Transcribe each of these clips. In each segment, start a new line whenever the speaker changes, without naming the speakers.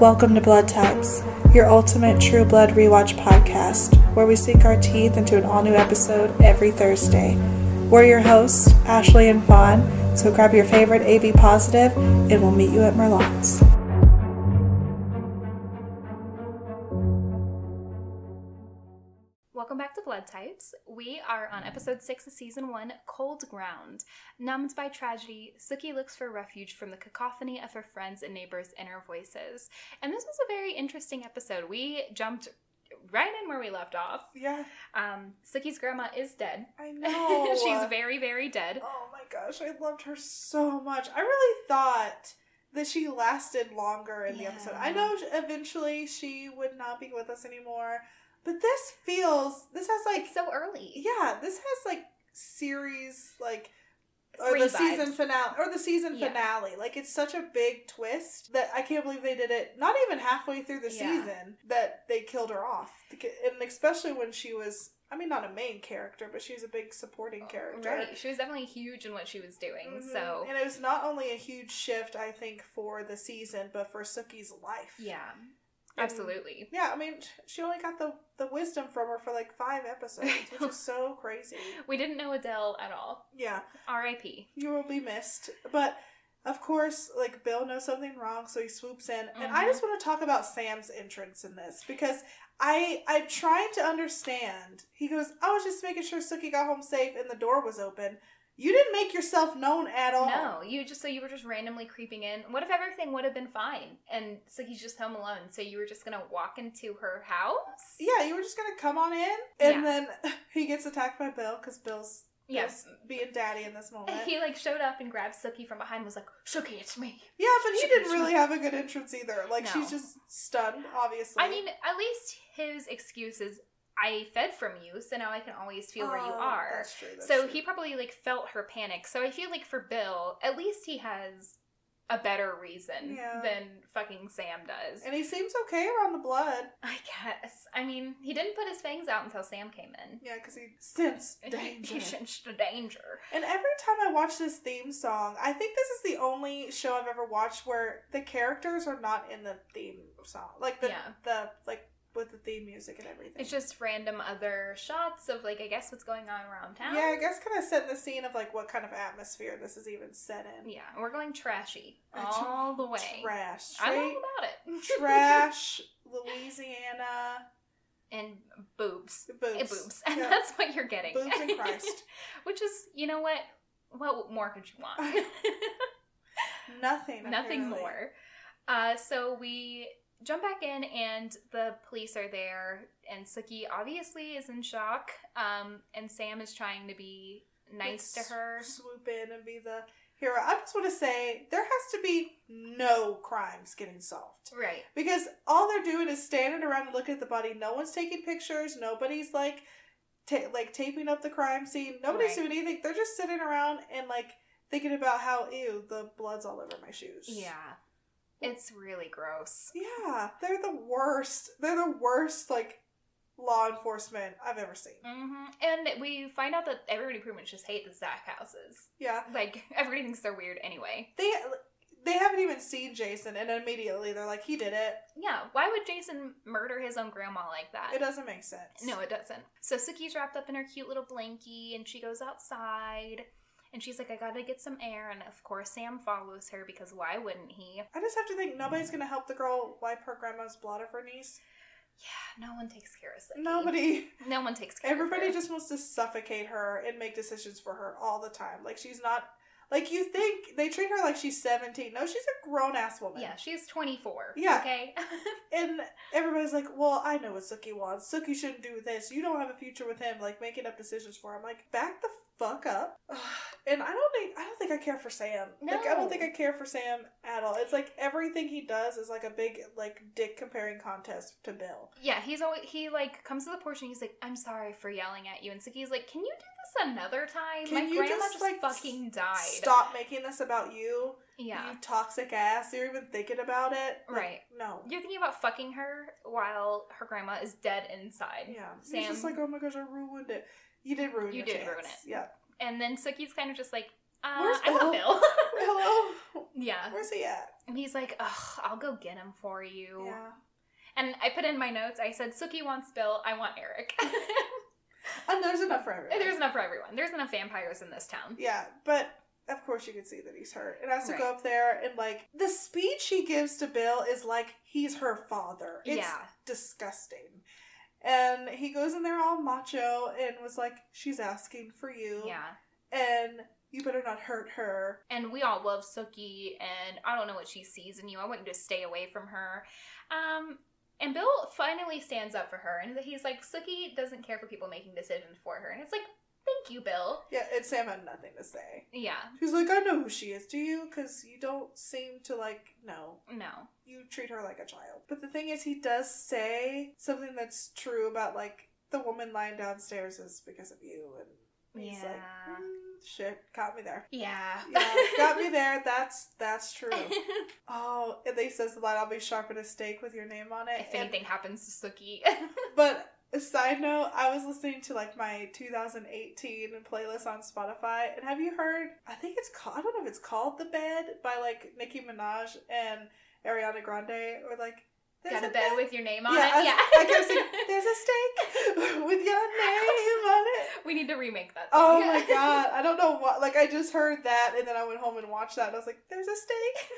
Welcome to Blood Types, your ultimate True Blood rewatch podcast, where we sink our teeth into an all new episode every Thursday. We're your hosts, Ashley and Fawn, so grab your favorite AB positive and we'll meet you at Merlot's.
Welcome back to Blood Types. We are on episode six of season one, Cold Ground. Numbed by tragedy, Suki looks for refuge from the cacophony of her friends and neighbors' inner voices. And this was a very interesting episode. We jumped right in where we left off.
Yeah,
Um, Suki's grandma is dead.
I
She's very, very dead.
Oh my gosh, I loved her so much. I really thought that she lasted longer in the episode.
Yeah.
I know sh- eventually she would not be with us anymore, but this feels this has like
It's so early.
yeah, this has like series like or
Three
the
vibes.
season finale or the season
Yeah.
finale. Like it's such a big twist that I can't believe they did it not even halfway through the
Yeah.
season that they killed her off. And especially when she was I mean not a main character, but she was a big supporting character.
Oh, Right. She was definitely huge in what she was doing.
Mhm.
So,
and it was not only a huge shift, I think, for the season, but for Suki's life.
yeah,
And-
absolutely.
yeah. I mean, sh- she only got the the wisdom from her for like five episodes, which is so crazy.
We didn't know Adele at all.
Yeah,
R.I.P.
you will be missed, but. Of course, like Bill knows something wrong, so he swoops in. And I
Mhm.
just want to talk about Sam's entrance in this because I I'm trying to understand. He goes, I was just making sure Suki got home safe and the door was open. You didn't make yourself known at all.
No, you just so you were just randomly creeping in. What if everything would have been fine? And so he's just home alone. So you were just gonna walk into her house?
Yeah, you were just gonna come on in, and
Yeah.
then he gets attacked by Bill because Bill's
Yes.
Bill's being daddy in this moment.
He like showed up and grabbed Suki from behind. and Was like, Suki, it's me.
yeah, but he didn't really have a good entrance either. Like
No.
she's just stunned, obviously.
I mean, at least his excuse is, I fed from you, so now I can always feel where you
Oh,
are.
That's true. That's
So
true.
he probably like felt her panic. So I feel like for Bill, at least he has a better reason
Yeah.
than fucking Sam does.
and he seems okay around the blood.
I guess. I mean, he didn't put his fangs out until Sam came in.
Yeah, because he sensed danger.
Danger. Patience to danger.
And every time I watch this theme song, I think this is the only show I've ever watched where the characters are not in the theme song, like the
Yeah.
the like with the theme music and everything.
It's just random other shots of like I guess what's going on around town.
Yeah, I guess kind of setting the scene of like what kind of atmosphere this is even set in.
Yeah, we're going trashy
It's
all the way.
Trash,
I'm all
straight
about it.
trash, Louisiana
and boobs.
boobs,
It boobs. And
Yeah.
that's what you're getting.
boobs and Christ.
Which is, you know what? What more could you want?
Nothing.
Nothing
apparently.
more. Uh, so we jump back in, and the police are there, and Suki obviously is in shock, um, and Sam is trying to be nice
Like,
to her.
Swoop in and be the hero. I just want to say there has to be no crimes getting solved
Right.
because all they're doing is standing around and looking at the body. No one's taking pictures. Nobody's like. ta like taping up the crime scene. Nobody's
Right.
doing anything. They're just sitting around and like thinking about how ew the blood's all over my shoes.
Yeah. It's really gross.
Yeah, they're the worst. They're the worst like law enforcement I've ever seen.
hmm And we find out that everybody pretty much just hates the Zach houses.
Yeah,
Like, everybody thinks they're weird anyway.
they they haven't even seen Jason, and immediately they're like, he did it.
Yeah, why would Jason murder his own grandma like that?
It doesn't make sense.
No, it doesn't. So Suki's wrapped up in her cute little blankie and she goes outside and she's like, I gotta get some air. And of course, Sam follows her because why wouldn't he? Yeah,
I just have to think nobody's gonna help the girl wipe her grandma's blood off her niece.
no one takes care of Suki.
Nobody.
No one takes care of
Everybody
her.
just wants to suffocate her and make decisions for her all the time. Like she's not. Like you think they treat her like she's seventeen. No, she's a grown ass woman.
Yeah, she's 24.
Yeah.
Okay?
And everybody's like, well, I know what Suki wants. Suki shouldn't do this. You don't have a future with him, like making up decisions for him. Like, back the fuck up. And I don't think I don't think I care for Sam. Like I
No.
don't think I care for Sam at all. It's like everything he does is like a big like dick comparing contest to Bill.
yeah, he's always, he like comes to the porch and he's like, I'm sorry for yelling at you. And Suki's like, Can you do this another time?
Can
My
you
grandma
just,
just,
like,
fucking died.
Stop making this about you.
Yeah.
You toxic ass. You're even thinking about it. Like,
Right.
No.
You're thinking about fucking her while her grandma is dead inside.
Yeah. He's
Sam-
just like, oh my gosh, I ruined it. You did ruin
You
your
did
chance.
ruin it.
Yeah.
And then Suki's kind of just like, Uh,
Where's
I
Bill?
want Bill.
Hello?
yeah.
Where's he at?
And he's like, Ugh, I'll go get him for you.
Yeah.
And I put in my notes, I said, Suki wants Bill, I want Eric.
And there's enough for everyone.
There's enough for everyone. There's enough vampires in this town.
Yeah, but of course you can see that he's hurt. And has to go
Right.
up there and like the speech he gives to Bill is like he's her father. It's
Yeah.
disgusting. And he goes in there all macho and was like, She's asking for you.
Yeah.
And you better not hurt her.
And we all love Suki, and I don't know what she sees in you. I want you to stay away from her. Um, and Bill finally stands up for her, and he's like, Suki doesn't care for people making decisions for her. And it's like, thank you, Bill.
Yeah, and Sam had nothing to say.
Yeah,
She's like, I know who she is, do you? Because you don't seem to like, no.
no.
you treat her like a child. But the thing is, he does say something that's true about like the woman lying downstairs is because of you, and he's like,
Yeah.
"Mm, shit, caught me there.
Yeah.
Yeah, got me there. That's that's true. Oh, and they says the line, "I'll be sharp at a stake with your name on it."
if
And-
anything happens to Suki.
but a side note, I was listening to like my 2018 playlist on Spotify, and have you heard? I think it's called. I don't know if it's called "The Bed" by like Nicki Minaj and Ariana Grande, or like
Got a bed with your name on
yeah, I
it.
was-
Yeah.
I kept saying, "There's a steak with your name on it."
we need to remake that.
Oh
song.
my god! I don't know what. Like I just heard that, and then I went home and watched that, and I was like, "There's a steak."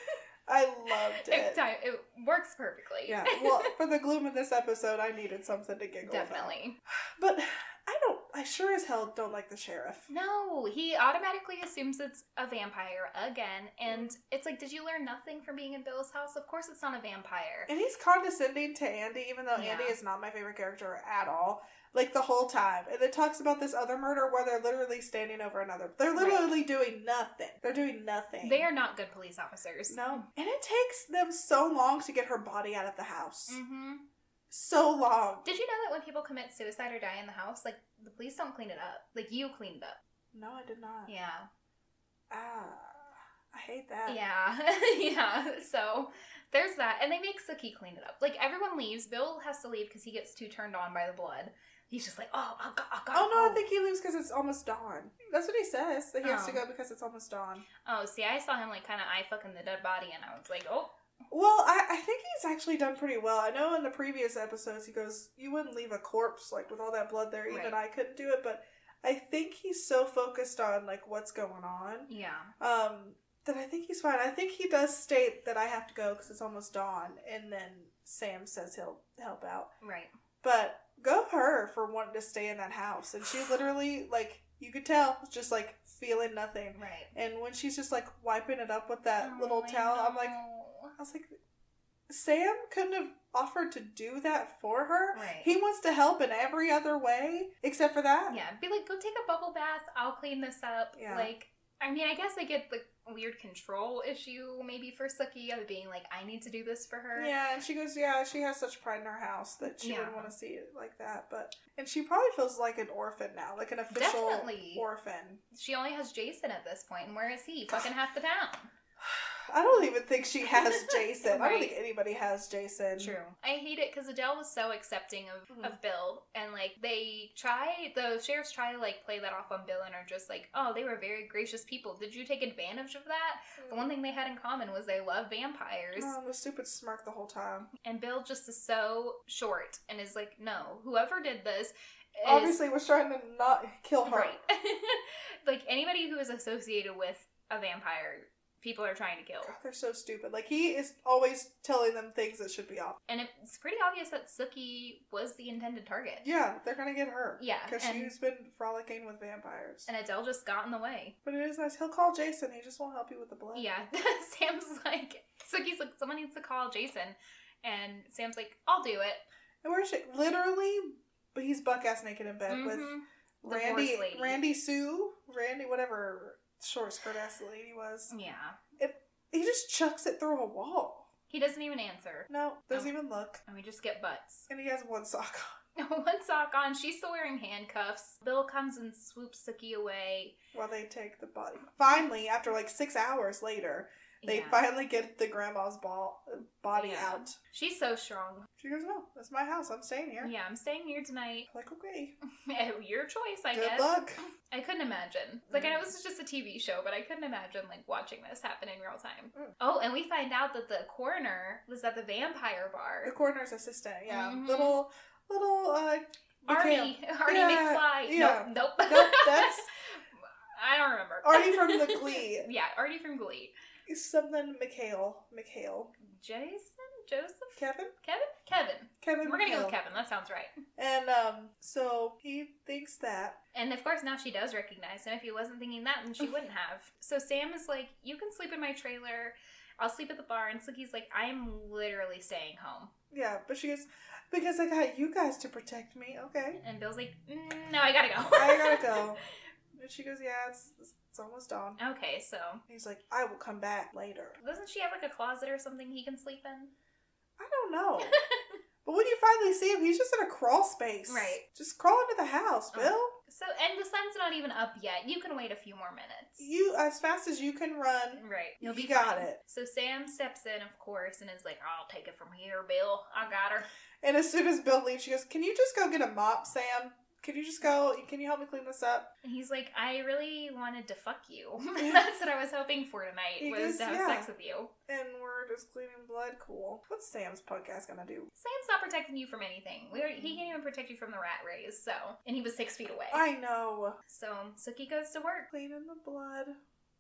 I loved
It,
it.
ti- it works perfectly.
Yeah. Well, for the gloom of this episode, I needed something to giggle about.
Definitely.
But I don't. I sure as hell don't like the sheriff.
No, he automatically assumes it's a vampire again. And it's like, did you learn nothing from being in Bill's house? Of course it's not a vampire.
And he's condescending to Andy, even though Andy
Yeah.
is not my favorite character at all. Like the whole time. And it talks about this other murder where they're literally standing over another. They're
Right.
literally doing nothing. They're doing nothing.
They are not good police officers.
No. And it takes them so long to get her body out of the house.
hmm
So long.
Did you know that when people commit suicide or die in the house, like, the police don't clean it up? Like, you cleaned it up.
No, I did not.
Yeah.
Ah, I hate that.
Yeah. yeah. So there's that. And they make Suki clean it up. Like, everyone leaves. Bill has to leave because he gets too turned on by the blood. He's just like, oh, I got, I got
Oh no, I think he leaves because it's almost dawn. That's what he says. That he has to
Oh.
go because it's almost dawn.
Oh, see, I saw him, like, kind of eye fucking the dead body, and I was like, oh,
Well, I, I think he's actually done pretty well. I know in the previous episodes he goes, You wouldn't leave a corpse, like with all that blood there, even
Right.
I couldn't do it, but I think he's so focused on like what's going on.
yeah.
Um that I think he's fine. I think he does state that I have to go because it's almost dawn, and then Sam says he'll help out.
Right.
But go her for wanting to stay in that house. And she literally, like, you could tell, just like feeling nothing.
Right.
And when she's just like wiping it up with that
Oh,
little
I
towel, I'm like,
know.
I was like, Sam couldn't have offered to do that for her.
Right.
He wants to help in every other way except for that.
yeah, be like, go take a bubble bath. I'll clean this up.
Yeah.
Like, I mean, I guess I get the weird control issue maybe for Suki of being like, I need to do this for her.
Yeah, and she goes, yeah, she has such pride in her house that she wouldn't
Yeah.
want to see it like that. But and she probably feels like an orphan now, like an official
Definitely.
orphan.
She only has Jason at this point, and where is he? Fucking half the town.
I don't even think she has Jason. I don't
Right.
think anybody has Jason.
I hate it because Adele was so accepting of,
Mhm.
of Bill, and like they try, the sheriffs try to like play that off on Bill and are just like, oh, they were very gracious people. Did you take advantage of that? The one thing they had in common was they love vampires.
Oh, the stupid smirk the whole time.
And Bill just is so short and is like, no, whoever did this is
Obviously, uh-huh. was trying to not kill her.
right. like anybody who is associated with a vampire, people are trying to kill.
God, they're so stupid. Like he is always telling them things that should be off.
And it's pretty obvious that Suki was the intended target.
Yeah, they're gonna get her.
Yeah,
because
and-
she's been frolicking with vampires.
And Adele just got in the way.
but it is nice. He'll call Jason. He just won't help you with the blood.
Yeah. Sam's like, Suki's like, someone needs to call Jason. And Sam's like, I'll do it.
And where she literally, but he's buck ass naked in bed with
Mhm. The
Randy,
horse lady.
Randy Sue, Randy whatever short skirt ass lady was.
Yeah.
He just chucks it through a wall.
He doesn't even answer.
No, doesn't
No.
even look.
And we just get butts.
And he has one sock on
One sock on. She's still wearing handcuffs. Bill comes and swoops Suki away.
while they take the body. Finally, after like six hours later, They
Yeah.
finally get the grandma's ball, body
Yeah.
out.
She's so strong.
She goes, no, that's my house. I'm staying here.
Yeah, I'm staying here tonight. Eh,
Like, okay,
Your choice, I
good
guess.
luck. Mm-hmm.
I couldn't imagine. Like, I know this is just a TV show, but I couldn't imagine, like, watching this happen in real time.
Mm.
Oh, and we find out that the coroner was at the vampire
The
bar.
coroner's assistant, yeah,
Mhm.
little, little, uh,
Arnie. Arnie
Yeah,
McFly.
yeah.
Nope. Nope.
nope, that's
I don't remember.
Arnie from the Glee.
yeah, Arnie from Glee.
something McHale, McHale,
Jason? Joseph?
Kevin,
Kevin? Kevin.
Kevin.
We're going to go
McHale.
with Kevin. That sounds right.
And um, so he thinks that
And of course, now she does recognize him. If he wasn't thinking that, then she wouldn't have. So Sam is like, You can sleep in my trailer. I'll sleep at the bar. And Slicky's like, I'm literally staying home.
Yeah, but she goes, because I got you guys to protect me. Okay,
And Bill's like, "Mm, No, I gotta go.
I gotta go. And she goes, yeah, it's, it's almost dawn.
okay, so.
He's like, I will come back later.
Doesn't she have like a closet or something he can sleep in?
I don't know. but when you finally see him, he's just in a crawl space.
Right.
Just crawl into the house,
Oh.
Bill.
So, and the sun's not even up yet. You can wait a few more minutes.
You as fast as you can run.
Right. You'll be
You got
fine.
it.
So Sam steps in, of course, and is like, I'll take it from here, Bill. I got her.
And as soon as Bill leaves, she goes, Can you just go get a mop, Sam? Can you just go? Can you help me clean this up?
And he's like, I really wanted to fuck you. That's what I was hoping for tonight,
He
was
goes,
to have
"Yeah."
sex with you.
And we're just cleaning blood. Cool. What's Sam's podcast gonna do?
Sam's not protecting you from anything. We already- he can't even protect you from the rat rays, so. And he was six feet away.
I know.
so Suki goes to work.
Cleaning the blood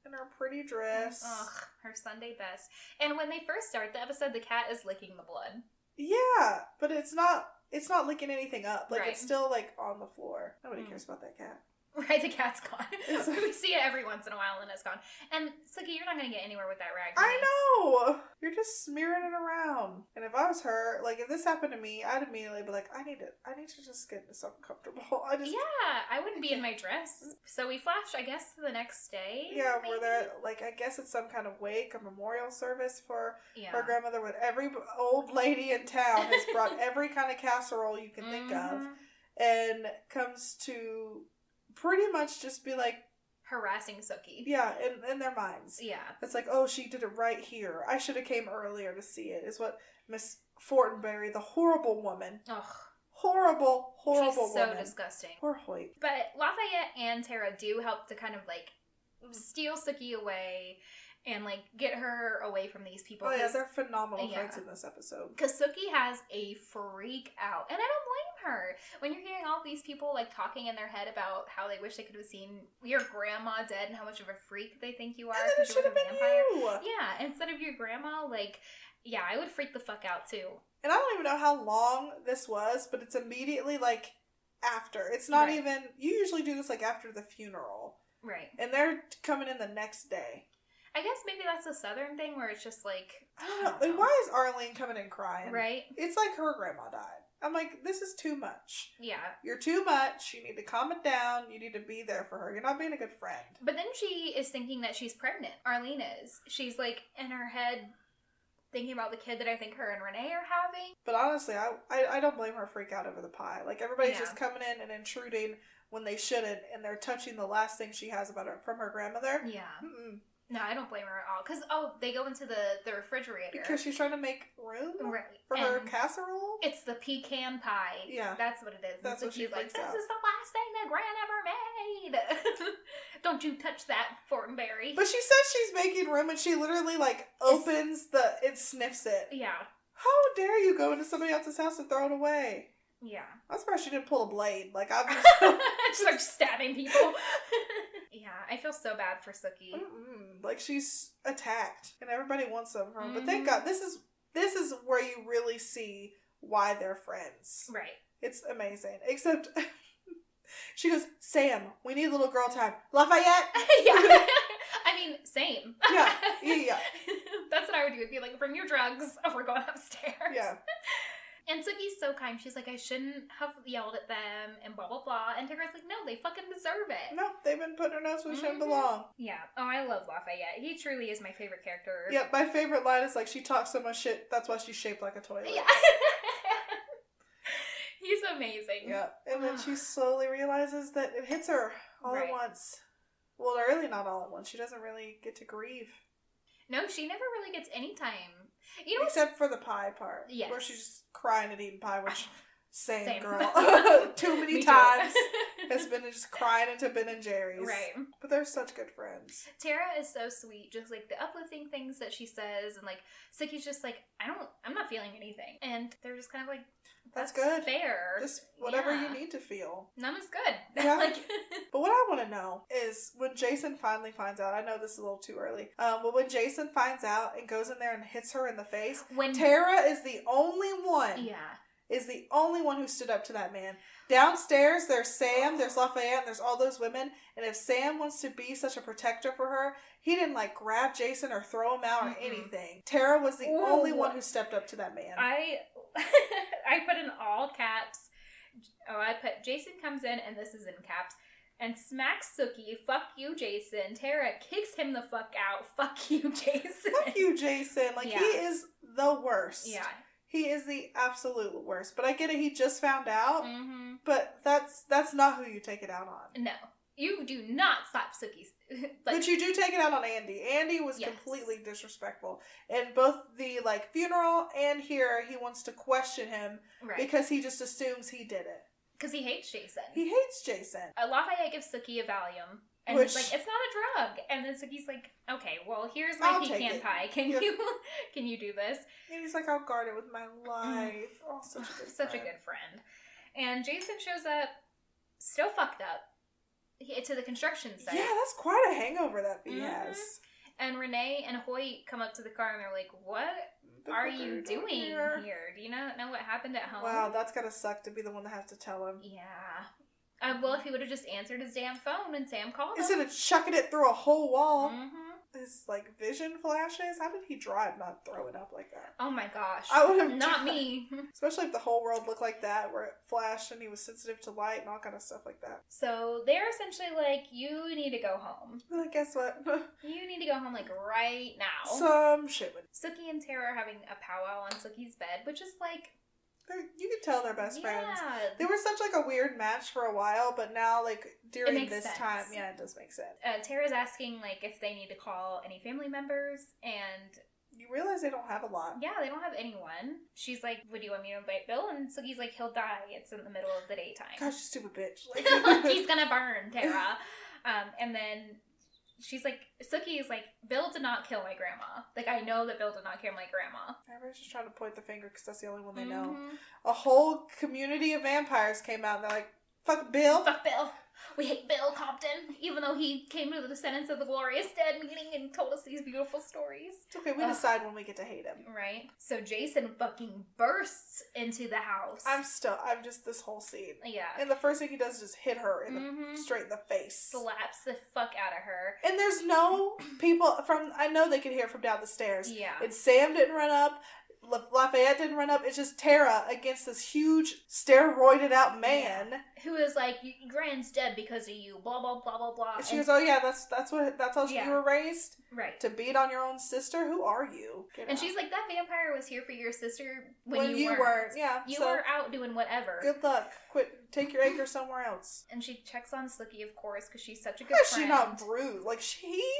in her pretty dress.
Mm, Ugh, her Sunday best. And when they first start the episode, the cat is licking the blood.
Yeah, but it's not it's not licking anything up. Like
Right.
it's still like on the floor. Nobody
Mm.
cares about that cat.
Right, the cat's gone.
It's-
we see it every once in a while, and it's gone. And Suki, you're not gonna get anywhere with that rag.
I
honey.
know. You're just smearing it around. And if I was her, like if this happened to me, I'd immediately be like, I need to I need to just get into something comfortable. I just
Yeah,
Yeah,
I wouldn't be in my dress. So we flash, I guess, to the next day.
where
maybe?
they're like I guess it's some kind of wake, a memorial service for
Yeah.
her grandmother with every b- old lady in town has brought every kind of casserole you can think of
Mhm.
and comes to pretty much just be like
harassing Suki.
yeah, in, in their minds.
Yeah.
It's like, oh, she did it right here. I should have came earlier to see it. Is what Miss Fortenberry, the horrible woman,
Ugh,
horrible, horrible
she's so
woman.
disgusting.
Poor Hoyt.
But Lafayette and Tara do help to kind of like steal Suki away and like get her away from these people.
Oh yeah,
'cause-
they're phenomenal
Yeah.
friends in this episode.
Kasuki has a freak out, and I don't blame her. When you're hearing all these people like talking in their head about how they wish they could have seen your grandma dead and how much of a freak they think you are
And then it
because
should
you're
have
a
been
vampire.
you.
Yeah, instead of your grandma, like, yeah, I would freak the fuck out too.
And I don't even know how long this was, but it's immediately like after. It's not
Right.
even. You usually do this like after the funeral,
Right.
and they're coming in the next day.
I guess maybe that's a southern thing where it's just like,
I don't know. And why is Arlene coming in crying?
right?
It's like her grandma died. I'm like, this is too much.
Yeah.
You're too much. You need to calm it down. You need to be there for her. You're not being a good friend.
But then she is thinking that she's pregnant. Arlene is. She's like in her head thinking about the kid that I think her and Renee are having.
But honestly, I I, I don't blame her freak out over the pie. Like everybody's
Yeah.
just coming in and intruding when they shouldn't, and they're touching the last thing she has about her from her grandmother.
Yeah.
Mm-mm.
No, I don't blame her at all. Cause oh, they go into the the refrigerator.
Because she's trying to make room
right.
for her
and
casserole.
it's the pecan pie.
Yeah.
That's what it is. And
That's
so
what she
she's like,
freaks
This
out.
is the last thing that Gran ever made. don't you touch that, Fortenberry.
But she says she's making room, and she literally like opens the and sniffs it.
yeah.
How dare you go into somebody else's house and throw it away?
Yeah.
I'm surprised she didn't pull a blade. Like I'm. Just,
Just like stabbing people. yeah, I feel so bad for Sookie.
Mm. Mm-mm. Like she's attacked, and everybody wants them from. her. But thank
Mhm.
God, this is this is where you really see why they're friends.
Right.
It's amazing. Except she goes, Sam, we need little girl time. Lafayette.
yeah. I mean, same.
Yeah, yeah, yeah,
That's what I would do. I'd be like, bring your drugs. We're going upstairs.
yeah.
And Suki's so kind. She's like, I shouldn't have yelled at them and blah, blah, blah. And Tigra's like, no, they fucking deserve it.
No, they've been putting her nose where she
Mhm.
shouldn't belong.
Yeah. Oh, I love Lafayette. He truly is my favorite character.
Yeah, my favorite line is like, she talks so much shit. That's why she's shaped like a toilet.
Yeah. He's amazing.
Yeah. And then she slowly realizes that it hits her all
Right.
at once. Well, really not all at once. She doesn't really get to grieve.
No, she never really gets any time. You know what's
Except for the pie part. Where
Yes.
she's just crying and eating pie, which same,
Same.
girl. Too many
Me
times has been just crying into Ben and Jerry's.
right.
But they're such good friends.
Tara is so sweet, just like the uplifting things that she says, and like Suki's just like, I don't, I'm not feeling anything, and they're just kind of like,
That's good.
fair.
Just whatever
Yeah.
you need to feel.
None is good.
Yeah.
like,
But what I want to know is when Jason finally finds out. I know this is a little too early, um, but when Jason finds out and goes in there and hits her in the face,
when
Tara is the only one.
Mm-hmm. yeah,
Is the only one who stood up to that man. Downstairs, there's Sam, there's Lafayette, and there's all those women. And if Sam wants to be such a protector for her, he didn't like grab Jason or throw him out or
Mm-mm.
anything. Tara was the only
Ooh.
one who stepped up to that man.
I, I put in all caps. Oh, I put Jason comes in, and this is in caps. And smacks Suki. Fuck you, Jason. Tara kicks him the fuck out. Fuck you, Jason.
Fuck you, Jason. Like
Yeah.
he is the worst.
Yeah.
He is the absolute worst. But I get it. He just found out.
Mm-hmm.
But that's that's not who you take it out on.
No, you do not slap Suki's. like,
but you do take it out on Andy. Andy was
Yes.
completely disrespectful. In both the like funeral and here, he wants to question him
right?
because he just assumes he did it.
Because he hates Jason.
He hates Jason.
uh, Lafayette gives Suki a Valium, and
Which-
he's like, "It's not a drug." And then Suki's like, "Okay, well, here's my
I'll take
pecan
it."
pie. Can
Yeah.
you can you do this?"
And he's like, I'll guard it with my
Mm-hmm.
life. Oh, such a good
Mm. Such
friend.
a good friend. And Jason shows up, still fucked up, he- to the construction site.
Yeah, that's quite a hangover that he
Mhm.
has.
And Renee and Hoyt come up to the car, and they're like, Mm-hmm. "What
The
are
fuck
you doing
here?
here? Do you not know what happened at home?"
Wow, that's gotta suck to be the one that has to tell him.
yeah. Uh, well, if he would have just answered his damn phone when Sam called
Instead
him.
of chucking it through a whole wall,
Mhm.
his like vision flashes. How did he drive not throwing up like that?
Oh my gosh.
I would've died.
Not me.
Especially if the whole world looked like that, where it flashed and he was sensitive to light and all kind of stuff like that.
So they're essentially like, you need to go home.
Well, guess what?
You need to go home like right now.
Some shit. Would,
Suki and Tara are having a powwow on Suki's bed, which is like,
they're- you could tell they're best
yeah,
friends. They were such like a weird match for a while, but now like during
makes
this
sense.
time, yeah, it does make sense.
uh, Tara's asking like if they need to call any family members, and
You realize they don't have a lot.
yeah, they don't have anyone. She's like, "Would you want me to invite Bill?" And Suki's like, "He'll die. It's in the middle of the daytime.
Gosh, you stupid bitch.
He's gonna burn, Tara." Um, and then she's like, "Suki is like, Bill did not kill my grandma. Like, I know that Bill did not kill my grandma."
Everybody's just trying to point the finger because that's the only one they Oh, know.
Mhm.
A whole community of vampires came out and they're like, "Fuck Bill."
Fuck Bill. We hate Bill Compton, even though he came to the Descendants of the Glorious Dead meeting and told us these beautiful stories.
It's okay. We
Ugh.
decide when we get to hate him.
Right? So Jason fucking bursts into the house.
I'm still. I'm just this whole scene.
yeah.
And the first thing he does is just hit her in the
hmm
straight in the face.
Slaps the fuck out of her.
And there's no people from. I know they could hear from down the stairs.
Yeah.
And Sam didn't run up. La- Lafayette didn't run up. It's just Tara against this huge steroided out man.
Who is like, "Y- Gran's dead because of you, blah, blah, blah, blah, blah.
And she
And-
goes, "Oh yeah, that's that's what that's how
Yeah.
you were raised
right.
to beat on your own sister. Who are you?" Get out.
And she's like, that vampire was here for your sister when,
Well,
you,
you
weren't.
weren't. Yeah.
You
so
were out doing whatever.
good luck. Quit. Take your anchor somewhere else.
And she checks on Slicky, of course, because she's such a good
How is
friend.
she not bruised? Like she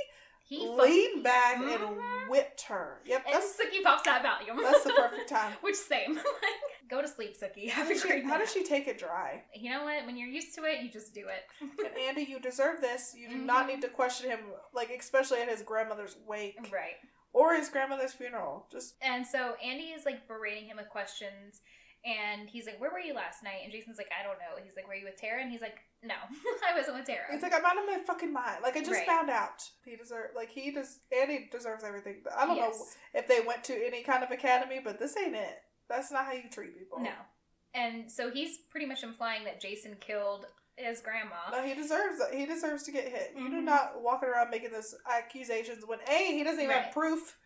he fucking
leaned back
Mhm.
and whipped her. Yep,
And
that's
Suki pops that Valium.
that's the perfect time.
Which same. Like, Go to sleep, Suki.
How
Have a
did, she,
great
how
night.
did she take it dry?
You know what? When you're used to it, you just do it.
And Andy, you deserve this. You do not
Mhm.
need to question him, like especially at his grandmother's wake
Right.
or his grandmother's funeral. Just
And so Andy is like berating him with questions. And he's like, Where were you last night? And Jason's like, I don't know. He's like, Were you with Tara? And he's like, No, I wasn't with Tara.
it's like I'm out of my fucking mind. Like I just
Right.
found out he deserve. Like he does. Andy deserves everything. But I don't know
Yes.
if they went to any kind of academy, but this ain't it. That's not how you treat people.
No. And so he's pretty much implying that Jason killed his grandma.
No, he deserves it. He deserves to get hit. You do
Mhm.
not walking around making those accusations when A, he doesn't even
Right.
have proof.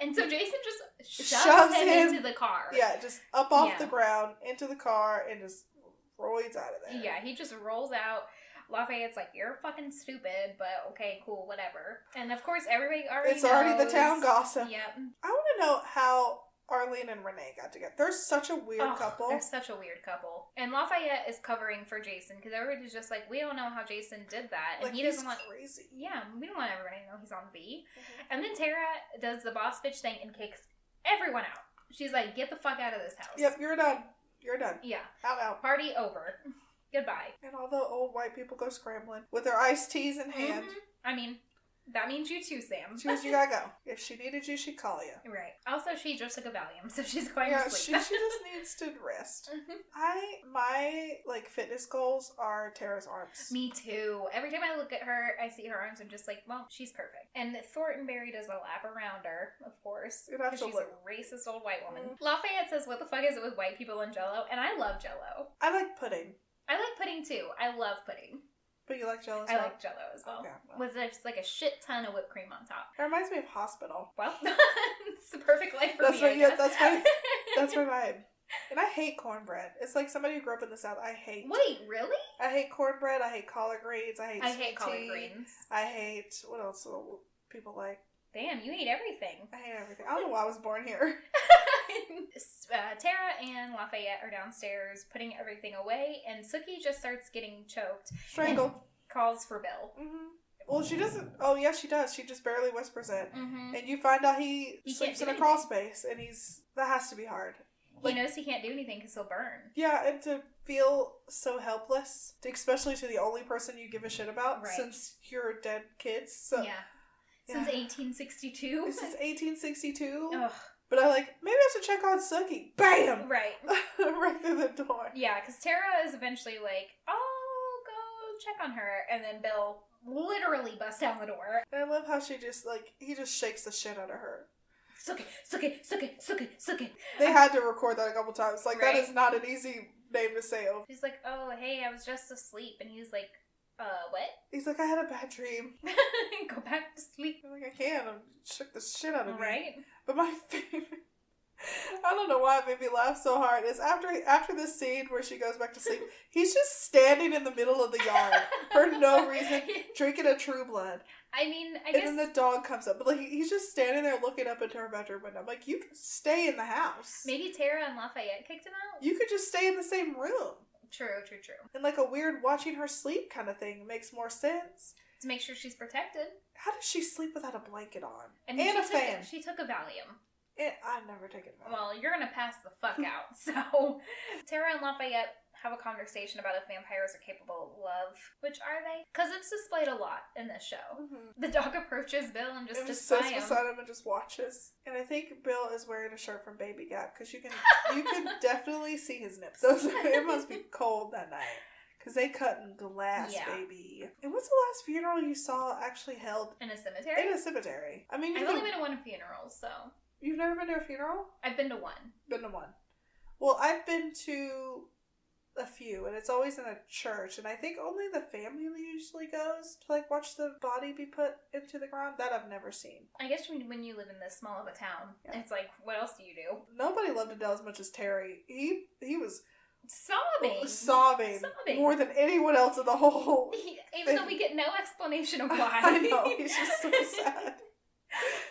And so Jason just shoves,
Shoves
him,
him.
into the car.
Yeah, just up off
Yeah.
the ground, into the car, and just roids out of there.
Yeah, he just rolls out. Lafayette's like, "You're fucking stupid," but okay, cool, whatever. And of course, everybody already
It's already the
knows.
town gossip.
Yep.
I want to know how Arlene and Renee got together. They're such a weird
Oh,
couple.
They're such a weird couple. And Lafayette is covering for Jason because everybody's just like, we don't know how Jason did that, and
Like
he
he's
doesn't want. Mm-hmm.
crazy.
Yeah, we don't want everybody to know he's on V. And then Tara does the boss bitch thing and kicks everyone out. She's like, get the fuck out of this house.
Yep, you're done. You're done.
Yeah.
Out, out.
Party over. Goodbye.
And all the old white people go scrambling with their iced teas in hand.
Mhm. I mean, that means you too, Sam.
She was, you gotta go. If she needed you, she'd call you.
Right. Also, she just took a Valium, so she's going
Yeah,
to
she, she
sleep.
just needs to rest. I my like fitness goals are Tara's arms.
Me too. Every time I look at her, I see her arms. I'm just like, well, she's perfect. And Thorntonberry does a lap around her, of course,
You'd have
because
to
she's
look. Mm-hmm.
a racist old white woman. Lafayette says, "What the fuck is it with white people and Jello?" And I love Jello.
I like pudding,
I like pudding too. I love pudding.
but you like jealous.
I like Jello as well,
Okay, well.
with just like a shit ton of whipped cream on top.
It reminds me of hospital.
Well, it's the perfect life for
That's
me. I
what- yeah,
guess.
that's what- That's my vibe. And I hate cornbread. It's like somebody who grew up in the south. I hate.
Wait, really?
I hate cornbread. I hate collard greens. I hate.
I
sweet
hate collard
tea.
greens.
I hate what else do people like.
Damn, you eat everything.
I hate everything. I don't know why I was born here.
uh, Tara and Lafayette are downstairs putting everything away, and Suki just starts getting choked.
Strangled.
Calls for Bill.
hmm Well, she doesn't. Oh, yeah, she does. She just barely whispers it.
Mm-hmm.
And you find out he,
He can't
sleeps
do
in a
anything.
crawl space, and he's that has to be hard.
he knows he can't do anything because he'll burn.
Yeah, and to feel so helpless, especially to the only person you give a shit about,
Right.
since you're dead kids. So
yeah. Since Oh.
yeah.
1862.
this is 1862.
Ugh,
But I like maybe I should check on Suki. Bam,
right.
right through the door.
Yeah, because Tara is eventually like, I'll go check on her. And then Bill literally busts down the door.
And I love how she just like he just shakes the shit out of her.
Suki, Suki, Suki, Suki, Suki.
They had to record that a couple times. Like that
Right.
is not an easy name to say. over.
She's like, oh, hey, I was just asleep. And he's like, uh, what?
He's like, I had a bad dream.
go back to sleep.
I'm like, I can't. I shook the shit out of me.
Right?
But my favorite, I don't know why it made me laugh so hard, is after after this scene where she goes back to sleep, he's just standing in the middle of the yard for no reason, drinking a True Blood,
I mean, I
and
guess.
then the dog comes up. But like he's just standing there looking up into her bedroom window. I'm like, you could stay in the house.
Maybe Tara and Lafayette kicked him out?
You could just stay in the same room.
True, true, true.
And like a weird watching her sleep kind of thing makes more sense.
To make sure she's protected.
How does she sleep without a blanket on
I
and,
mean,
a
she took,
fan?
She took a Valium.
Eh, I've never taken one.
Well, you're gonna pass the fuck out. So, Tara and Lafayette have a conversation about if vampires are capable of love, which are they? Because it's displayed a lot in this show.
Mhm.
The dog approaches Bill and just
and just sits
displays him.
beside him and just watches. And I think Bill is wearing a shirt from Baby Gap because you can you can definitely see his nips. Those it must be cold that night because they cut in glass,
Yeah.
baby. And what's the last funeral you saw actually held
in a cemetery.
in a cemetery? I mean, you
I've only
can-
been to one funeral, so
you've never been to a funeral?
I've been to one.
Been to one. Well, I've been to a few, and it's always in a church. And I think only the family usually goes to like watch the body be put into the ground. That I've never seen.
I guess when when you live in this small of a town,
Yeah.
it's like, what else do you do?
Nobody loved Adele as much as Terry. He he was Oh,
Sobbing.
sobbing,
Sobbing.
more than anyone else in the whole.
He- Even though we get no explanation of why.
I know he's just so sad.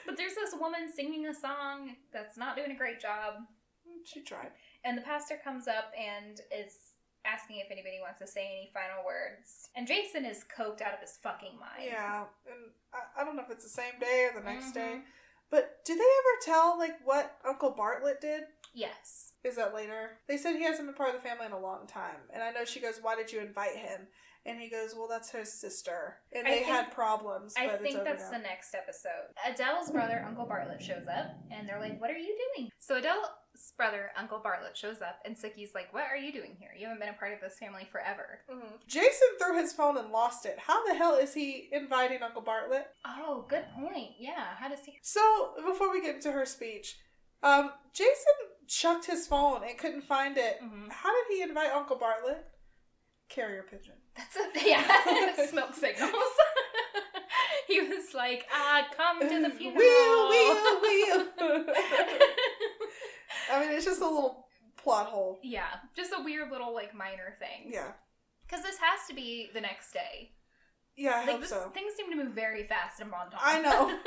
But there's this woman singing a song that's not doing a great job.
She tried.
And the pastor comes up and is asking if anybody wants to say any final words. And Jason is coked out of his fucking mind.
Yeah, and I, I don't know if it's the same day or the next day.
Mhm.
But do they ever tell like what Uncle Bartlett did?
Yes.
Is that later? They said he hasn't been part of the family in a long time, and I know she goes, "Why did you invite him?" And he goes, "Well, that's her sister," and
I
they
think-
had problems. But
I
it's
think
over
that's
now.
the next episode. Adele's brother, Uncle Bartlett, shows up and they're like, What are you doing? So Adele's brother, Uncle Bartlett, shows up and Suki's like, What are you doing here? You haven't been a part of this family forever.
Mhm. Jason threw his phone and lost it. How the hell is he inviting Uncle Bartlett?
Oh, good point. Yeah. How does he.
So before we get into her speech, um, Jason chucked his phone and couldn't find it.
Mhm.
How did he invite Uncle Bartlett? Carrier pigeon.
That's a. Yeah. Smoke signals. he was like, Ah, come to the funeral.
Wheel, wheel, wheel. I mean, it's just a little plot hole.
Yeah, just a weird little like minor thing.
Yeah.
Because this has to be the next day.
Yeah, I
like
hope
this,
so.
things seem to move very fast in Bon Ton.
I know.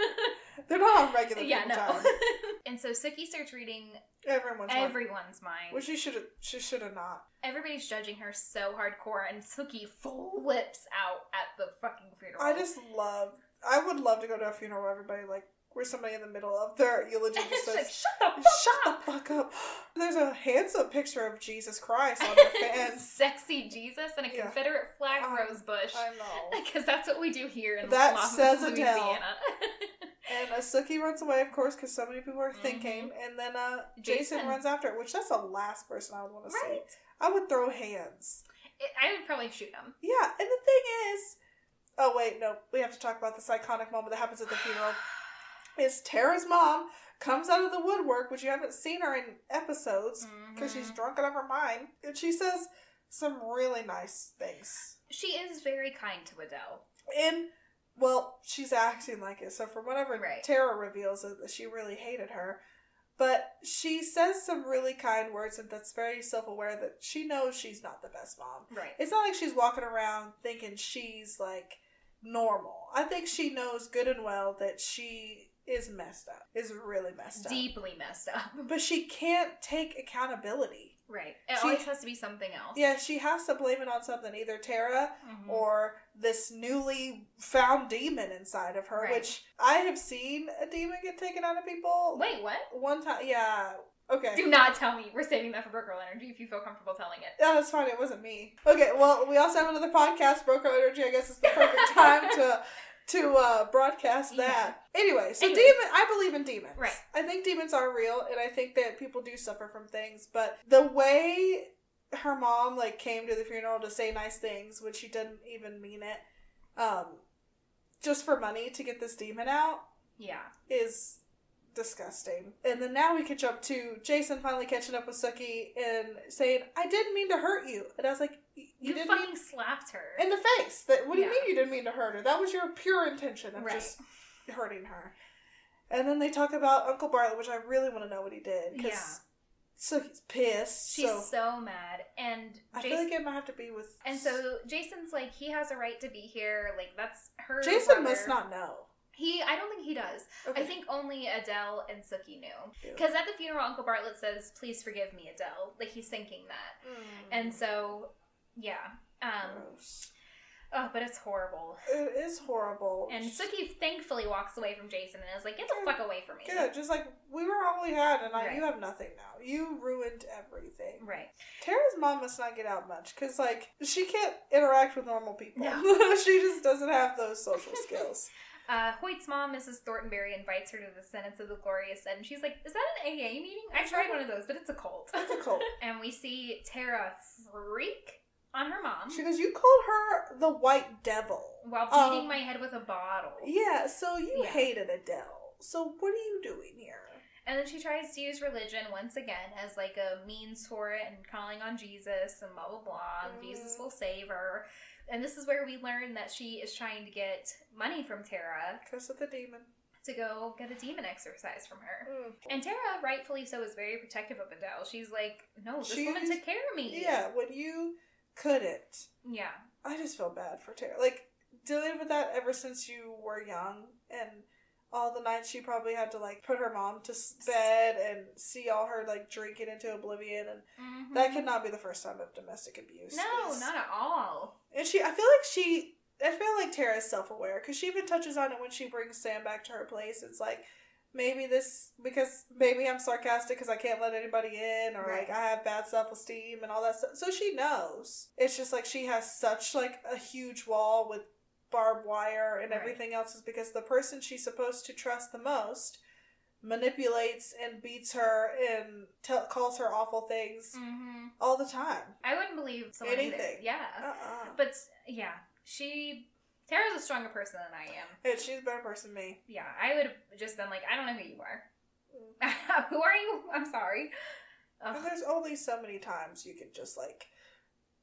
They're not on regular
yeah,
yeah,
no.
time.
and so Suki starts reading
Everyone's Every-
everyone's mind.
Which she should have. She should have not.
Everybody's judging her so hardcore, and Suki flips out at the fucking funeral.
I just love. I would love to go to a funeral where everybody like where somebody in the middle of their eulogy just
it's
says,
like shut the fuck
"Shut
up.
the fuck up." There's a handsome picture of Jesus Christ on their fans.
Sexy Jesus and a
Yeah.
Confederate flag
Um,
rose bush.
I know.
Because that's what we do here in
That
Lafayette,
says it down.
Louisiana.
And Asuki runs away, of course, because so many people are thinking. And then uh, Jason,
Mm-hmm. Jason.
runs after it, which that's the last person I would want to see.
right?
I would throw hands.
It, I would probably shoot him.
Yeah, and the thing is, oh wait, no, we have to talk about this iconic moment that happens at the funeral. Is Tara's mom comes out of the woodwork, which you haven't seen her in episodes because she's
Mhm.
drunk out of her mind, and she says some really nice things.
she is very kind to Adele.
And well, she's acting like it. So from whatever
Right.
Tara reveals it, that she really hated her. But she says some really kind words, and that's very self aware that she knows she's not the best mom.
Right.
It's not like she's walking around thinking she's like normal. I think she knows good and well that she is messed up, is really messed up.
Deeply messed up.
But she can't take accountability.
Right. It
She-
always has to be something else.
Yeah, she has to blame it on something, either Tara
Mhm.
or this newly found demon inside of her,
Right.
which I have seen a demon get taken out of people.
Wait, what?
One time, yeah, okay.
Do not tell me. We're saving that for Broke Girl Energy if you feel comfortable telling it.
No, that's fine. It wasn't me. Okay. Well, we also have another podcast, Broco Energy. I guess it's the perfect time to to uh, broadcast that. Anyway, so
Anyways.
demon. I believe in demons.
Right.
I think demons are real, and I think that people do suffer from things. But the way her mom like came to the funeral to say nice things when she didn't even mean it, um, just for money to get this demon out
Yeah.
is disgusting. And then now we can jump to Jason finally catching up with Suki and saying, "I didn't mean to hurt you," and I was like, "You,
You,
didn't
fucking
mean."
slapped her.
In the face. That what do you
Yeah.
mean you didn't mean to hurt her? That was your pure intention of
Right.
just hurting her. And then they talk about Uncle Bartlett, which I really want to know what he did because
Yeah.
Suki's pissed.
She's so,
so
mad. And
I
Jason
feel like it might have to be with.
and so Jason's like, he has a right to be here. Like that's her.
Jason must
brother.
not know.
He I don't think he does. I think only Adele and Suki knew. Because at the funeral, Uncle Bartlett says, Please forgive me, Adele. Like he's thinking that. And so yeah. Um
Gross.
oh, but it's horrible.
it is horrible.
And
Just-
Suki thankfully walks away from Jason and is like, Get the fuck away from me.
Good, just like we were all we had, and I,
Right.
you have nothing now. You ruined everything.
Right.
Tara's mom must not get out much because, like, she can't interact with normal people.
No.
she just doesn't have those social skills.
Uh, Hoyt's mom, Mrs. Thorntonberry, invites her to the Sentence of the Glorious, and she's like, Is that an AA meeting? I tried one of those, but it's a cult.
It's a cult.
and we see Tara freak on her mom
She goes, "You called her the White Devil."
while beating
Um,
my head with a bottle.
Yeah, so you
Yeah.
hated Adele. So what are you doing here?
And then she tries to use religion once again as like a means for it and calling on Jesus and blah blah blah and
Mhm.
Jesus will save her. And this is where we learn that she is trying to get money from Tara
Because of the demon.
to go get a demon exercise from her.
Mm.
And Tara, rightfully so, is very protective of Adele. She's like, No, this
She
woman
is-
took care of me.
yeah, when you couldn't,
Yeah.
I just feel bad for Tara. Like dealing with that ever since you were young and all the nights she probably had to like put her mom to s- bed and see all her like drinking into oblivion and
Mhm.
that could not be the first time of domestic abuse.
No,
It's-
not at all.
And she I feel like she I feel like Tara is self-aware cuz she even touches on it when she brings Sam back to her place. It's like maybe this because maybe I'm sarcastic cuz I can't let anybody in or
Right.
like I have bad self-esteem and all that stuff. So she knows. It's just like she has such like a huge wall with barbed wire and
Right.
everything else is because the person she's supposed to trust the most manipulates and beats her and tell calls her awful things
hmm
all the time.
I wouldn't believe someone either.
Anything.
Yeah.
Uh-uh.
But yeah, she. Tara's a stronger person than I am.
And she's a better person than me.
Yeah, I would have just been like, I don't know who you are. who are you? I'm sorry. Ugh.
And there's only so many times you can just like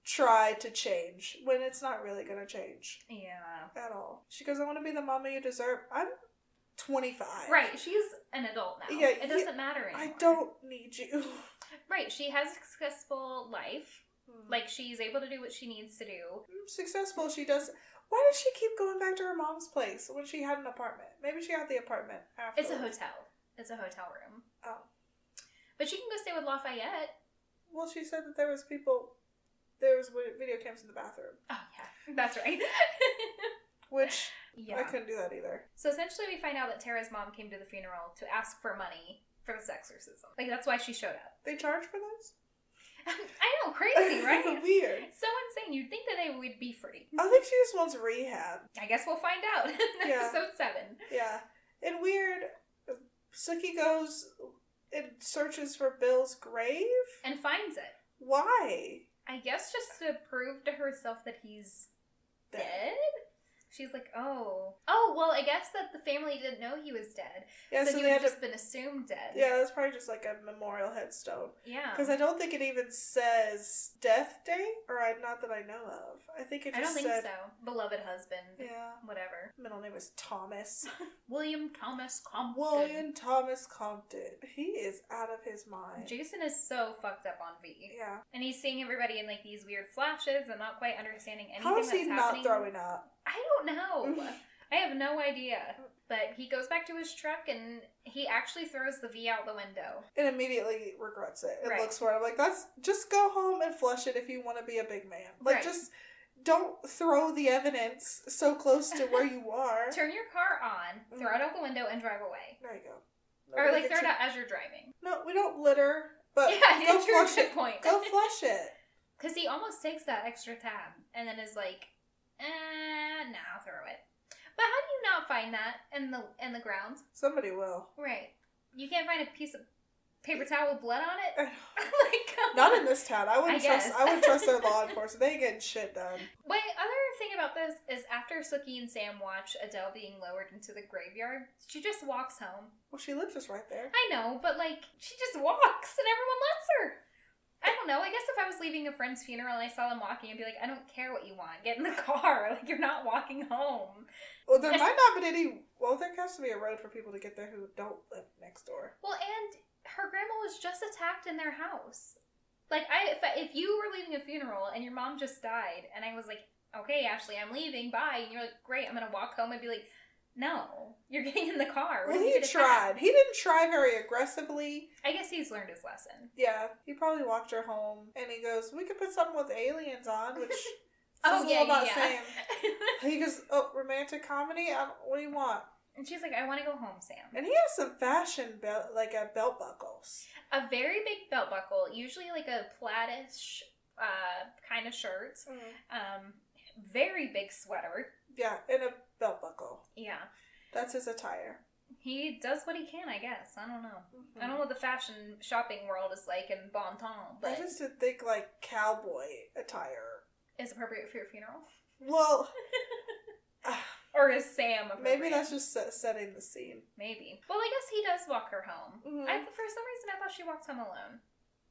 try to change when it's not really gonna change
Yeah.
at all. She goes, I wanna be the mama you deserve. I'm twenty five.
Right, she's an adult now.
Yeah,
it
you-
doesn't matter anymore.
I don't need you.
Right, she has a successful life. Like she's able to do what she needs to do.
Successful, she does. Why did she keep going back to her mom's place when she had an apartment? Maybe she got the apartment after.
It's a hotel. It's a hotel room.
Oh.
But she can go stay with Lafayette.
Well, she said that there was people, there was wi- video cams in the bathroom,
Oh yeah, that's right.
which
yeah.
I couldn't do that either.
So essentially, we find out that Tara's mom came to the funeral to ask for money for this exorcism. Like that's why she showed up.
They charge for those?
I know, crazy, right?
Weird.
so insane. You'd think that they would be free.
I think she just wants rehab.
I guess we'll find out in
Yeah.
episode seven.
Yeah. And weird, Suki goes and searches for Bill's grave?
And finds it.
Why?
I guess just to prove to herself that he's dead. She's like, oh, oh, well, I guess that the family didn't know he was dead,
Yeah,
so,
so
he
they
would
had to.
just been assumed dead.
Yeah, that's probably just like a memorial headstone.
yeah.
Because I don't think it even says death day, or I, not that I know of. I think it just
I don't think
said.
so. Beloved husband,
Yeah.
whatever.
Middle name is Thomas.
William Thomas Compton.
William Thomas Compton. He is out of his mind.
Jason is so fucked up on V,
yeah.
and he's seeing everybody in like these weird flashes and not quite understanding anything
How is
that's
he
happening.
not throwing up?
I don't know. I have no idea. But he goes back to his truck and he actually throws the V out the window.
and immediately regrets it and
Right.
looks for it. I'm like, that's just go home and flush it if you want to be a big man. Like,
Right.
just don't throw the evidence so close to where you are.
Turn your car on, throw it
Mm-hmm.
out the window, and drive away.
there you go.
or
Nobody
like
gets
throw it
you-
out as you're driving.
No, we don't litter, but
yeah,
go
that's your
flush
good
it.
point.
Go flush it.
Because he almost takes that extra tab and then is like, eh, nah, I'll throw it. But how do you not find that in the in the ground?
Somebody will.
Right. You can't find a piece of paper towel with blood on it? like, come
Not
on.
in this town. I wouldn't
I
trust.
guess.
I would trust their law enforcement. They ain't getting shit done.
Wait, other thing about this is after Sookie and Sam watch Adele being lowered into the graveyard, she just walks home.
Well, she lives just right there.
I know, but like, she just walks and everyone lets her. I don't know. I guess if I was leaving a friend's funeral and I saw them walking, I'd be like, I don't care what you want. Get in the car. Like, you're not walking home.
Well, there
Yes.
might not been any. Well, there has to be a road for people to get there who don't live next door.
Well, and her grandma was just attacked in their house. Like, I if, I- if you were leaving a funeral and your mom just died, and I was like, okay, Ashley, I'm leaving, bye, and you're like, great, I'm gonna walk home, I'd be like, no, you're getting in the car. We're
Well,
gonna
he
get
tried.
attacked."
He didn't try very aggressively.
I guess he's learned his lesson.
Yeah, he probably walked her home, and he goes, "We could put something with aliens on," which says
Oh,
a
yeah,
little about
yeah,
Sam. He goes, "Oh, romantic comedy. I don't- what do you want?"
and she's like, I want to go home, Sam.
And he has some fashion belt, like a belt buckles.
A very big belt buckle, usually like a plaitish uh, kind of shirt, um, very big sweater.
Yeah, and a belt buckle.
Yeah,
That's his attire.
he does what he can, I guess. I don't know. I don't know what the fashion shopping world is like in bon ton,
I
but
just didn't think like cowboy attire.
is appropriate for your funeral?
Well,
Or is Sam appropriate?
maybe that's just se- setting the scene.
Maybe. Well, I guess he does walk her home.
Mhm.
I, for some reason, I thought she walked home alone.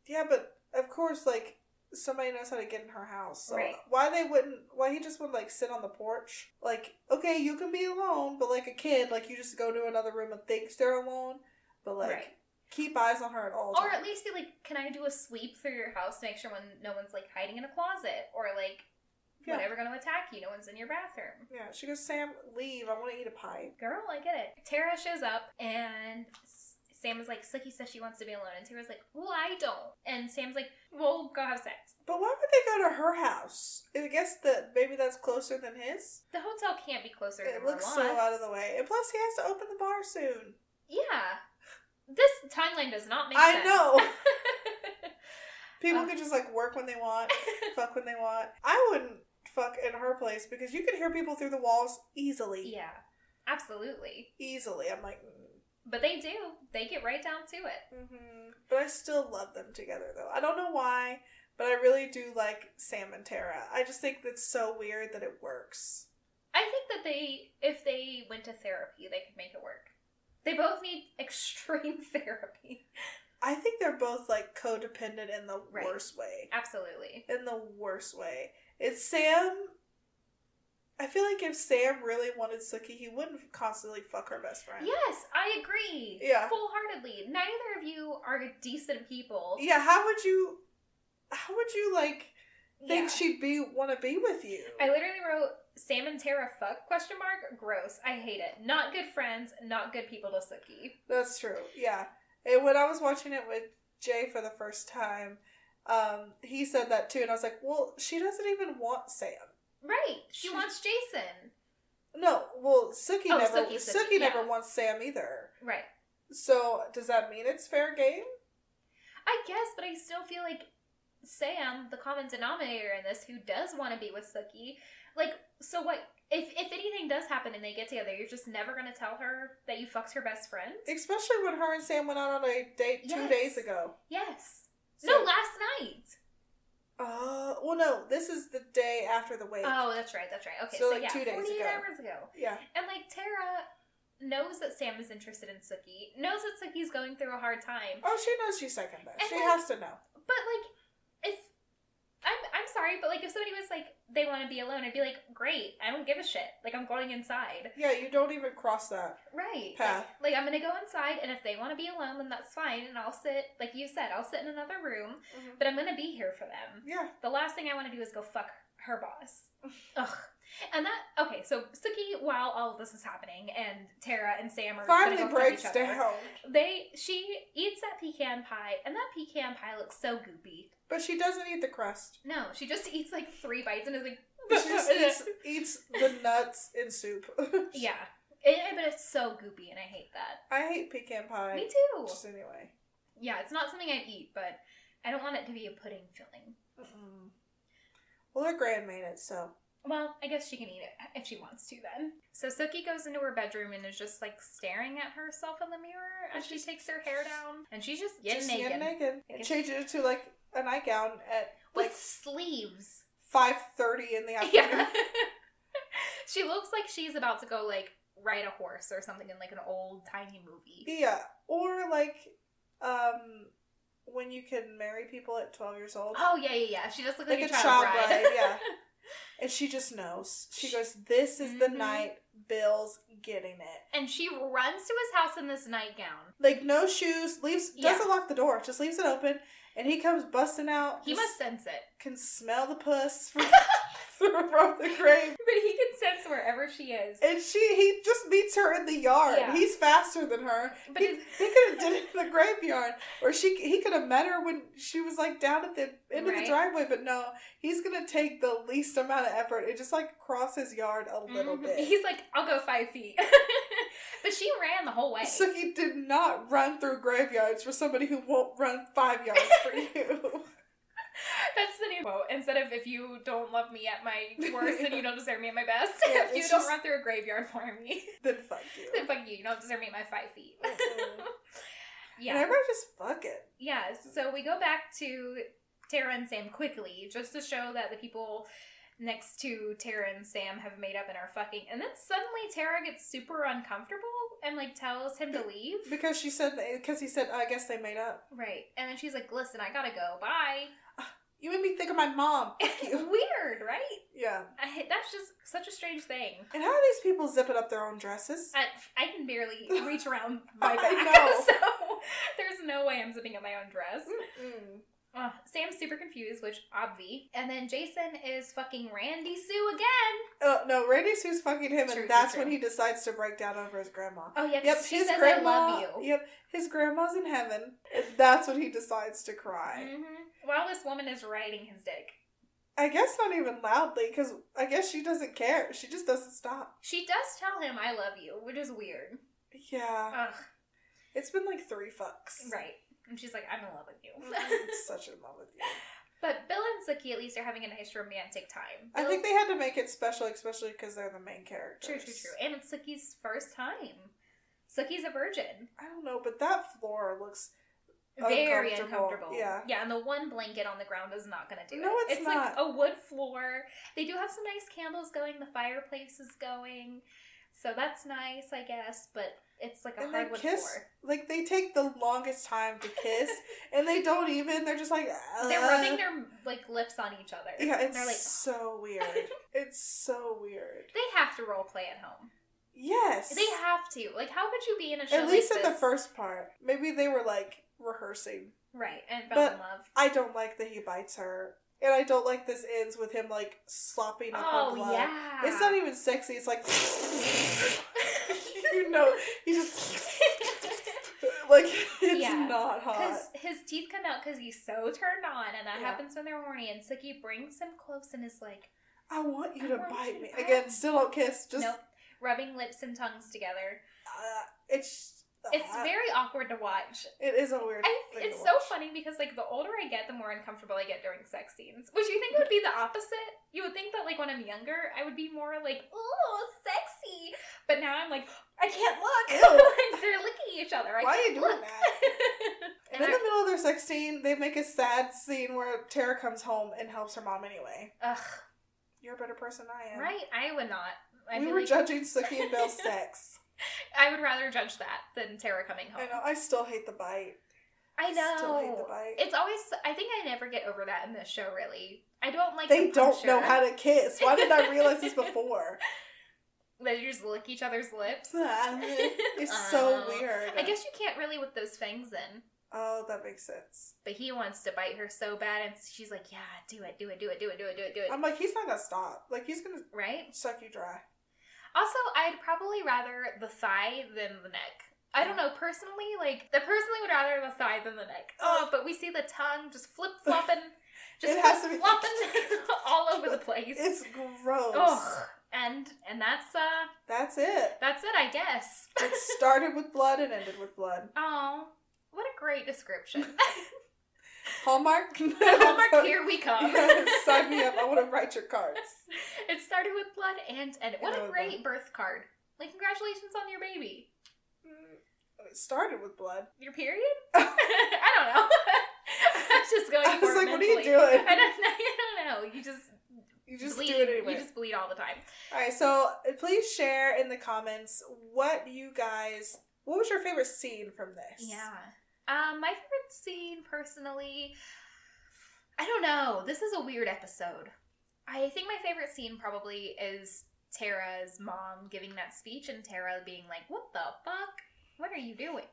Yeah, but of course, like somebody knows how to get in her house. So
Right.
why they wouldn't? Why he just would like sit on the porch? Like, okay, you can be alone, but like a kid, like you just go to another room and thinks they're alone, but like
Right.
keep eyes on her at all
Or
times.
at least be like, can I do a sweep through your house to make sure when no one's like hiding in a closet or like
Yeah.
whatever going to attack you? No one's in your bathroom.
yeah, she goes, Sam, leave. I want to eat a pie.
Girl, I get it. Tara shows up and. S- Sam is like, Sookie says she wants to be alone. And Tara's like, well, I don't. And Sam's like, well, go have sex.
But why would they go to her house? I guess that maybe that's closer than his.
The hotel can't be closer
It
than
looks so
Vermont's.
out of the way, and plus he has to open the bar soon.
Yeah. This timeline does not make
I
sense.
know. People
Uh.
can just like work when they want. fuck when they want. I wouldn't fuck in her place because you could hear people through the walls easily.
yeah, absolutely.
Easily. I'm like, mm.
But they do. They get right down to it.
hmm But I still love them together though. I don't know why, but I really do like Sam and Tara. I just think that's so weird that it works.
I think that they, if they went to therapy, they could make it work. They both need extreme therapy.
I think they're both like codependent in the
Right.
worst way.
Absolutely.
In the worst way. It's Sam. I feel like if Sam really wanted Suki, he wouldn't constantly fuck her best friend.
Yes, I agree.
Yeah.
Full heartedly. Neither of you are decent people.
Yeah, how would you how would you like
Yeah.
think she'd be want to be with you.
I literally wrote Sam and Tara fuck question mark gross. I hate it. Not good friends. Not good people to Suki.
That's true. Yeah. And when I was watching it with Jay for the first time, um, he said that too, and I was like, "Well, she doesn't even want Sam."
Right. She
She-
wants Jason.
No, well, Suki
Oh,
never
Suki,
Suki,
Suki,
never
yeah.
wants Sam either.
Right.
So does that mean it's fair game?
I guess, but I still feel like Sam, the common denominator in this, who does want to be with Suki, like, so what? If, if anything does happen and they get together, you're just never going to tell her that you fucked her best friend?
Especially when her and Sam went out on a date two
Yes.
days ago.
Yes.
So,
no, last night.
Uh, well, no, this is the day after the wake.
Oh, that's right. That's right. Okay,
So,
so,
like,
yeah,
two days
48
ago.
hours ago.
yeah.
And like Tara knows that Sam is interested in Suki, knows that Suki's going through a hard time,
Oh, she knows she's second best.
And
She
then-
has to know.
but like if I'm I'm sorry, but like if somebody was like they want to be alone, I'd be like, great, I don't give a shit. Like I'm going inside,
Yeah, you don't even cross that.
right?
Path.
Like, like I'm gonna go inside, and if they want to be alone, then that's fine, and I'll sit. Like you said, I'll sit in another room, but I'm gonna be here for them.
Yeah.
The last thing I want to do is go fuck her boss. Ugh. And that okay, so Suki, while all of this is happening, and Tara and Sam are gonna
Finally
go fuck
breaks
each other,
down,
They she eats that pecan pie, and that pecan pie looks so goopy.
but she doesn't eat the crust.
No, she just eats like three bites and is like,
She just eats, eats the nuts in soup.
yeah. It- but it's so goopy, and I hate that.
I hate pecan pie.
Me too.
Just anyway.
Yeah, it's not something I'd eat, but I don't want it to be a pudding filling.
Mm-mm. Well, her grand made it, so
Well, I guess she can eat it if she wants to then. So Suki goes into her bedroom and is just like staring at herself in the mirror as she takes her hair down, and she's just getting
just
naked,
get naked.
I guess-
Change it to like a nightgown at
with
like
sleeves.
five thirty in the afternoon.
Yeah. she looks like she's about to go like ride a horse or something in like an old tiny movie.
Yeah, or like um when you can marry people at 12 years old.
Oh yeah, yeah, yeah. She does look like,
like,
a, child, bride.
yeah. And she just knows. She goes, "This is the
Mhm.
night Bill's getting it."
and she runs to his house in this nightgown.
Like no shoes, leaves
Yeah.
doesn't lock the door, just leaves it open, and he comes busting out.
He
just
must sense it.
can smell the puss from, from the grave,
But he can sense wherever she is.
and she he just meets her in the yard.
Yeah.
He's faster than her.
But
he,
it's-
he could have did it in the graveyard, or she he could have met her when she was like down at the end of
Right.
the driveway. But no, he's gonna take the least amount of effort and just like cross his yard a little
Mhm.
bit.
He's like, I'll go five feet. but she ran the whole way.
so he did not run through graveyards for somebody who won't run five yards for you.
That's the new quote. Instead of if you don't love me at my worst, then you don't deserve me at my best.
Yeah,
if you
it's
don't
just-
run through a graveyard for me,
then fuck you.
then fuck you. You don't deserve me at my five feet.
Mhm. And
Yeah.
everybody just fuck it.
Yeah. So we go back to Tara and Sam quickly, just to show that the people next to Tara and Sam have made up and are fucking. And then suddenly Tara gets super uncomfortable and like tells him to leave.
Because she said, because he said, I guess they made up.
Right. And then she's like, listen, I gotta go. Bye.
You made me think of my mom. Fuck you.
Weird, right?
yeah.
I, that's just such a strange thing.
And how are these people zipping up their own dresses?
I, I can barely reach around my
I
back.
know.
So there's no way I'm zipping up my own dress.
Mm.
Uh, Sam's super confused, which obvi. And then Jason is fucking Randy Sue again.
Uh, no, Randy Sue's fucking him,
True, true,
and that's
true.
when he decides to break down over his grandma.
Oh yeah, 'cause
Yep,
she
his
says
grandma.
I love you.
Yep, his grandma's in heaven. And that's when he decides to cry.
hmm While this woman is riding his dick,
I guess not even loudly, because I guess she doesn't care. She just doesn't stop.
she does tell him I love you, which is weird.
Yeah,
Ugh,
it's been like three fucks.
Uh, right. And she's like, I'm in love with you.
I'm such in love with you.
but Bill and Suki at least are having a nice romantic time.
I
Bill-
think they had to make it special, especially because they're the main characters.
true, true, true. And it's Suki's first time. Suki's a virgin.
I don't know, but that floor looks
very
Uncomfortable,
uncomfortable.
yeah.
and the one blanket on the ground is not going to do it.
No, it's
like
not.
a wood floor. They do have some nice candles going. The fireplace is going, so that's nice, I guess. But it's like a
and they
hardwood
kiss
floor.
like they take the longest time to kiss and they don't even they're just like
They're
"Uh."
rubbing their like lips on each other.
yeah
And
it's
they're like "Ah."
so weird it's so weird
they have to role play at home.
yes
They have to. Like, how could you be in a show?
at least
like
in the
this-
first part maybe they were like rehearsing
right and fell
But-
in love.
i don't like that he bites her And I don't like this ends with him like slopping up on
Oh
blood.
yeah.
It's not even sexy. It's like you know, he just like it's
Yeah.
not hot.
Because his teeth come out because he's so turned on, and that
Yeah.
happens when they're horny. And Suki brings him close and is like,
I want you
I
to
want
bite
you
me
to bite
again.
me.
Still don't kiss. Just
nope, rubbing lips and tongues together.
uh, it's
It's
uh,
very awkward to watch.
it is a weird.
I,
thing
it's
to
so
watch.
funny because like the older I get, the more uncomfortable I get during sex scenes. Which you think would be the opposite. You would think that like when I'm younger, I would be more like, "Ooh, sexy," but now I'm like, I can't look.
Ew.
Like, They're licking each other. I
Why are you
can't
doing
look.
that?
And
And in
I-
the middle of their sex scene, they make a sad scene where Tara comes home and helps her mom anyway.
Ugh,
You're a better person than I am.
right? I would not. I
we
feel
were
like
judging Suki and Bill's sex.
I would rather judge that than Tara coming home.
I know. I still hate the bite.
I know.
Still hate the bite.
It's always. I think I never get over that in this show. Really, I don't like.
they
the
don't know how
puncture.
to kiss. Why did I realize this before?
They just lick each other's lips.
it's so
Oh.
weird.
I guess you can't really with those fangs in.
Oh, that makes sense.
But he wants to bite her so bad, and she's like, "Yeah, do it, do it, do it, do it, do it, do it, do it."
I'm like, he's not gonna stop. Like he's gonna
right?
suck you dry.
Also, I'd probably rather the thigh than the neck. I don't know personally. Like, I personally would rather the thigh than the neck. Oh, but we see the tongue just flip flopping, just
It has to be-
flip flopping all over the place.
It's gross.
Ugh. And and that's uh
That's it.
that's it, I guess.
It started with blood and ended with blood.
Oh, what a great description.
Hallmark.
Hallmark, here we come.
Yeah, sign me up. I want to write your cards.
It started with blood and and what
Yeah,
a great birth card. Like congratulations on your baby.
Mm, It started with blood.
Your period? I don't know. I'm just going.
I was
for
like, what are you
mentally.
doing?
I don't know. I don't know. You just
You just
bleed.
do it anyway.
You just bleed all the time.
All right, so uh, please share in the comments what you guys. What was your favorite scene from this?
Yeah. Um, my favorite scene personally, I don't know. This is a weird episode. I think my favorite scene probably is Tara's mom giving that speech and Tara being like, What the fuck? What are you doing?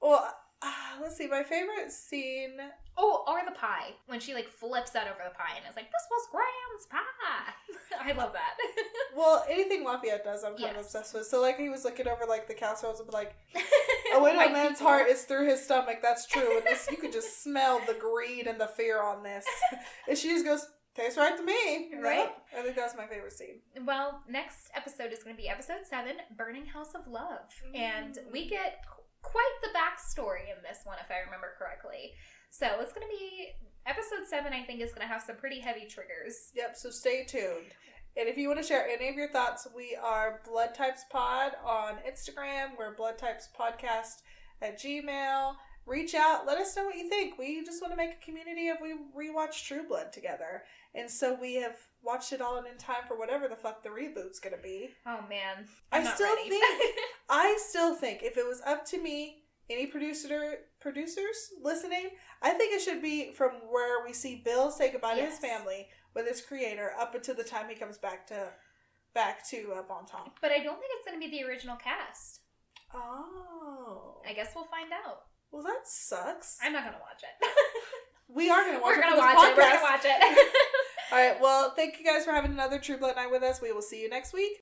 Well, uh, let's see. My favorite scene.
Oh, or the pie. When she like flips out over the pie and is like, This was Graham's pie. I love that.
Well, anything Lafayette does, I'm kind of
Yes.
obsessed with. So, like, he was looking over like the casseroles and be like, "Oh, "A widow
White
man's
people.
heart is through his stomach." That's true. And this, you could just smell the greed and the fear on this. and she just goes, "Tastes right to me."
Right?
Yep. I think that was my favorite scene.
Well, next episode is going to be episode seven, Burning House of Love. And we get qu- quite the backstory in this one, if I remember correctly. So it's going to be episode seven, I think, is going to have some pretty heavy triggers.
Yep. So stay tuned. And if you want to share any of your thoughts, we are Blood Types Pod on Instagram. We're Blood Types Podcast at Gmail. Reach out, let us know what you think. We just want to make a community of we rewatch True Blood together. And so we have watched it all and in time for whatever the fuck the reboot's gonna be.
Oh, man.
I
I'm not
still
ready.
think- I still think if it was up to me, any producer producers listening, I think it should be from where we see Bill say goodbye to his
Yes.
family with his creator up until the time he comes back to back to uh, Bon Ton.
but I don't think it's going to be the original cast.
Oh,
I guess we'll find out.
well, that sucks.
I'm not going to watch it.
we are gonna watch it
We're
for
going to
this
watch it. We're going
podcast.
to watch it.
All right. Well, thank you guys for having another True Blood night with us. We will see you next week.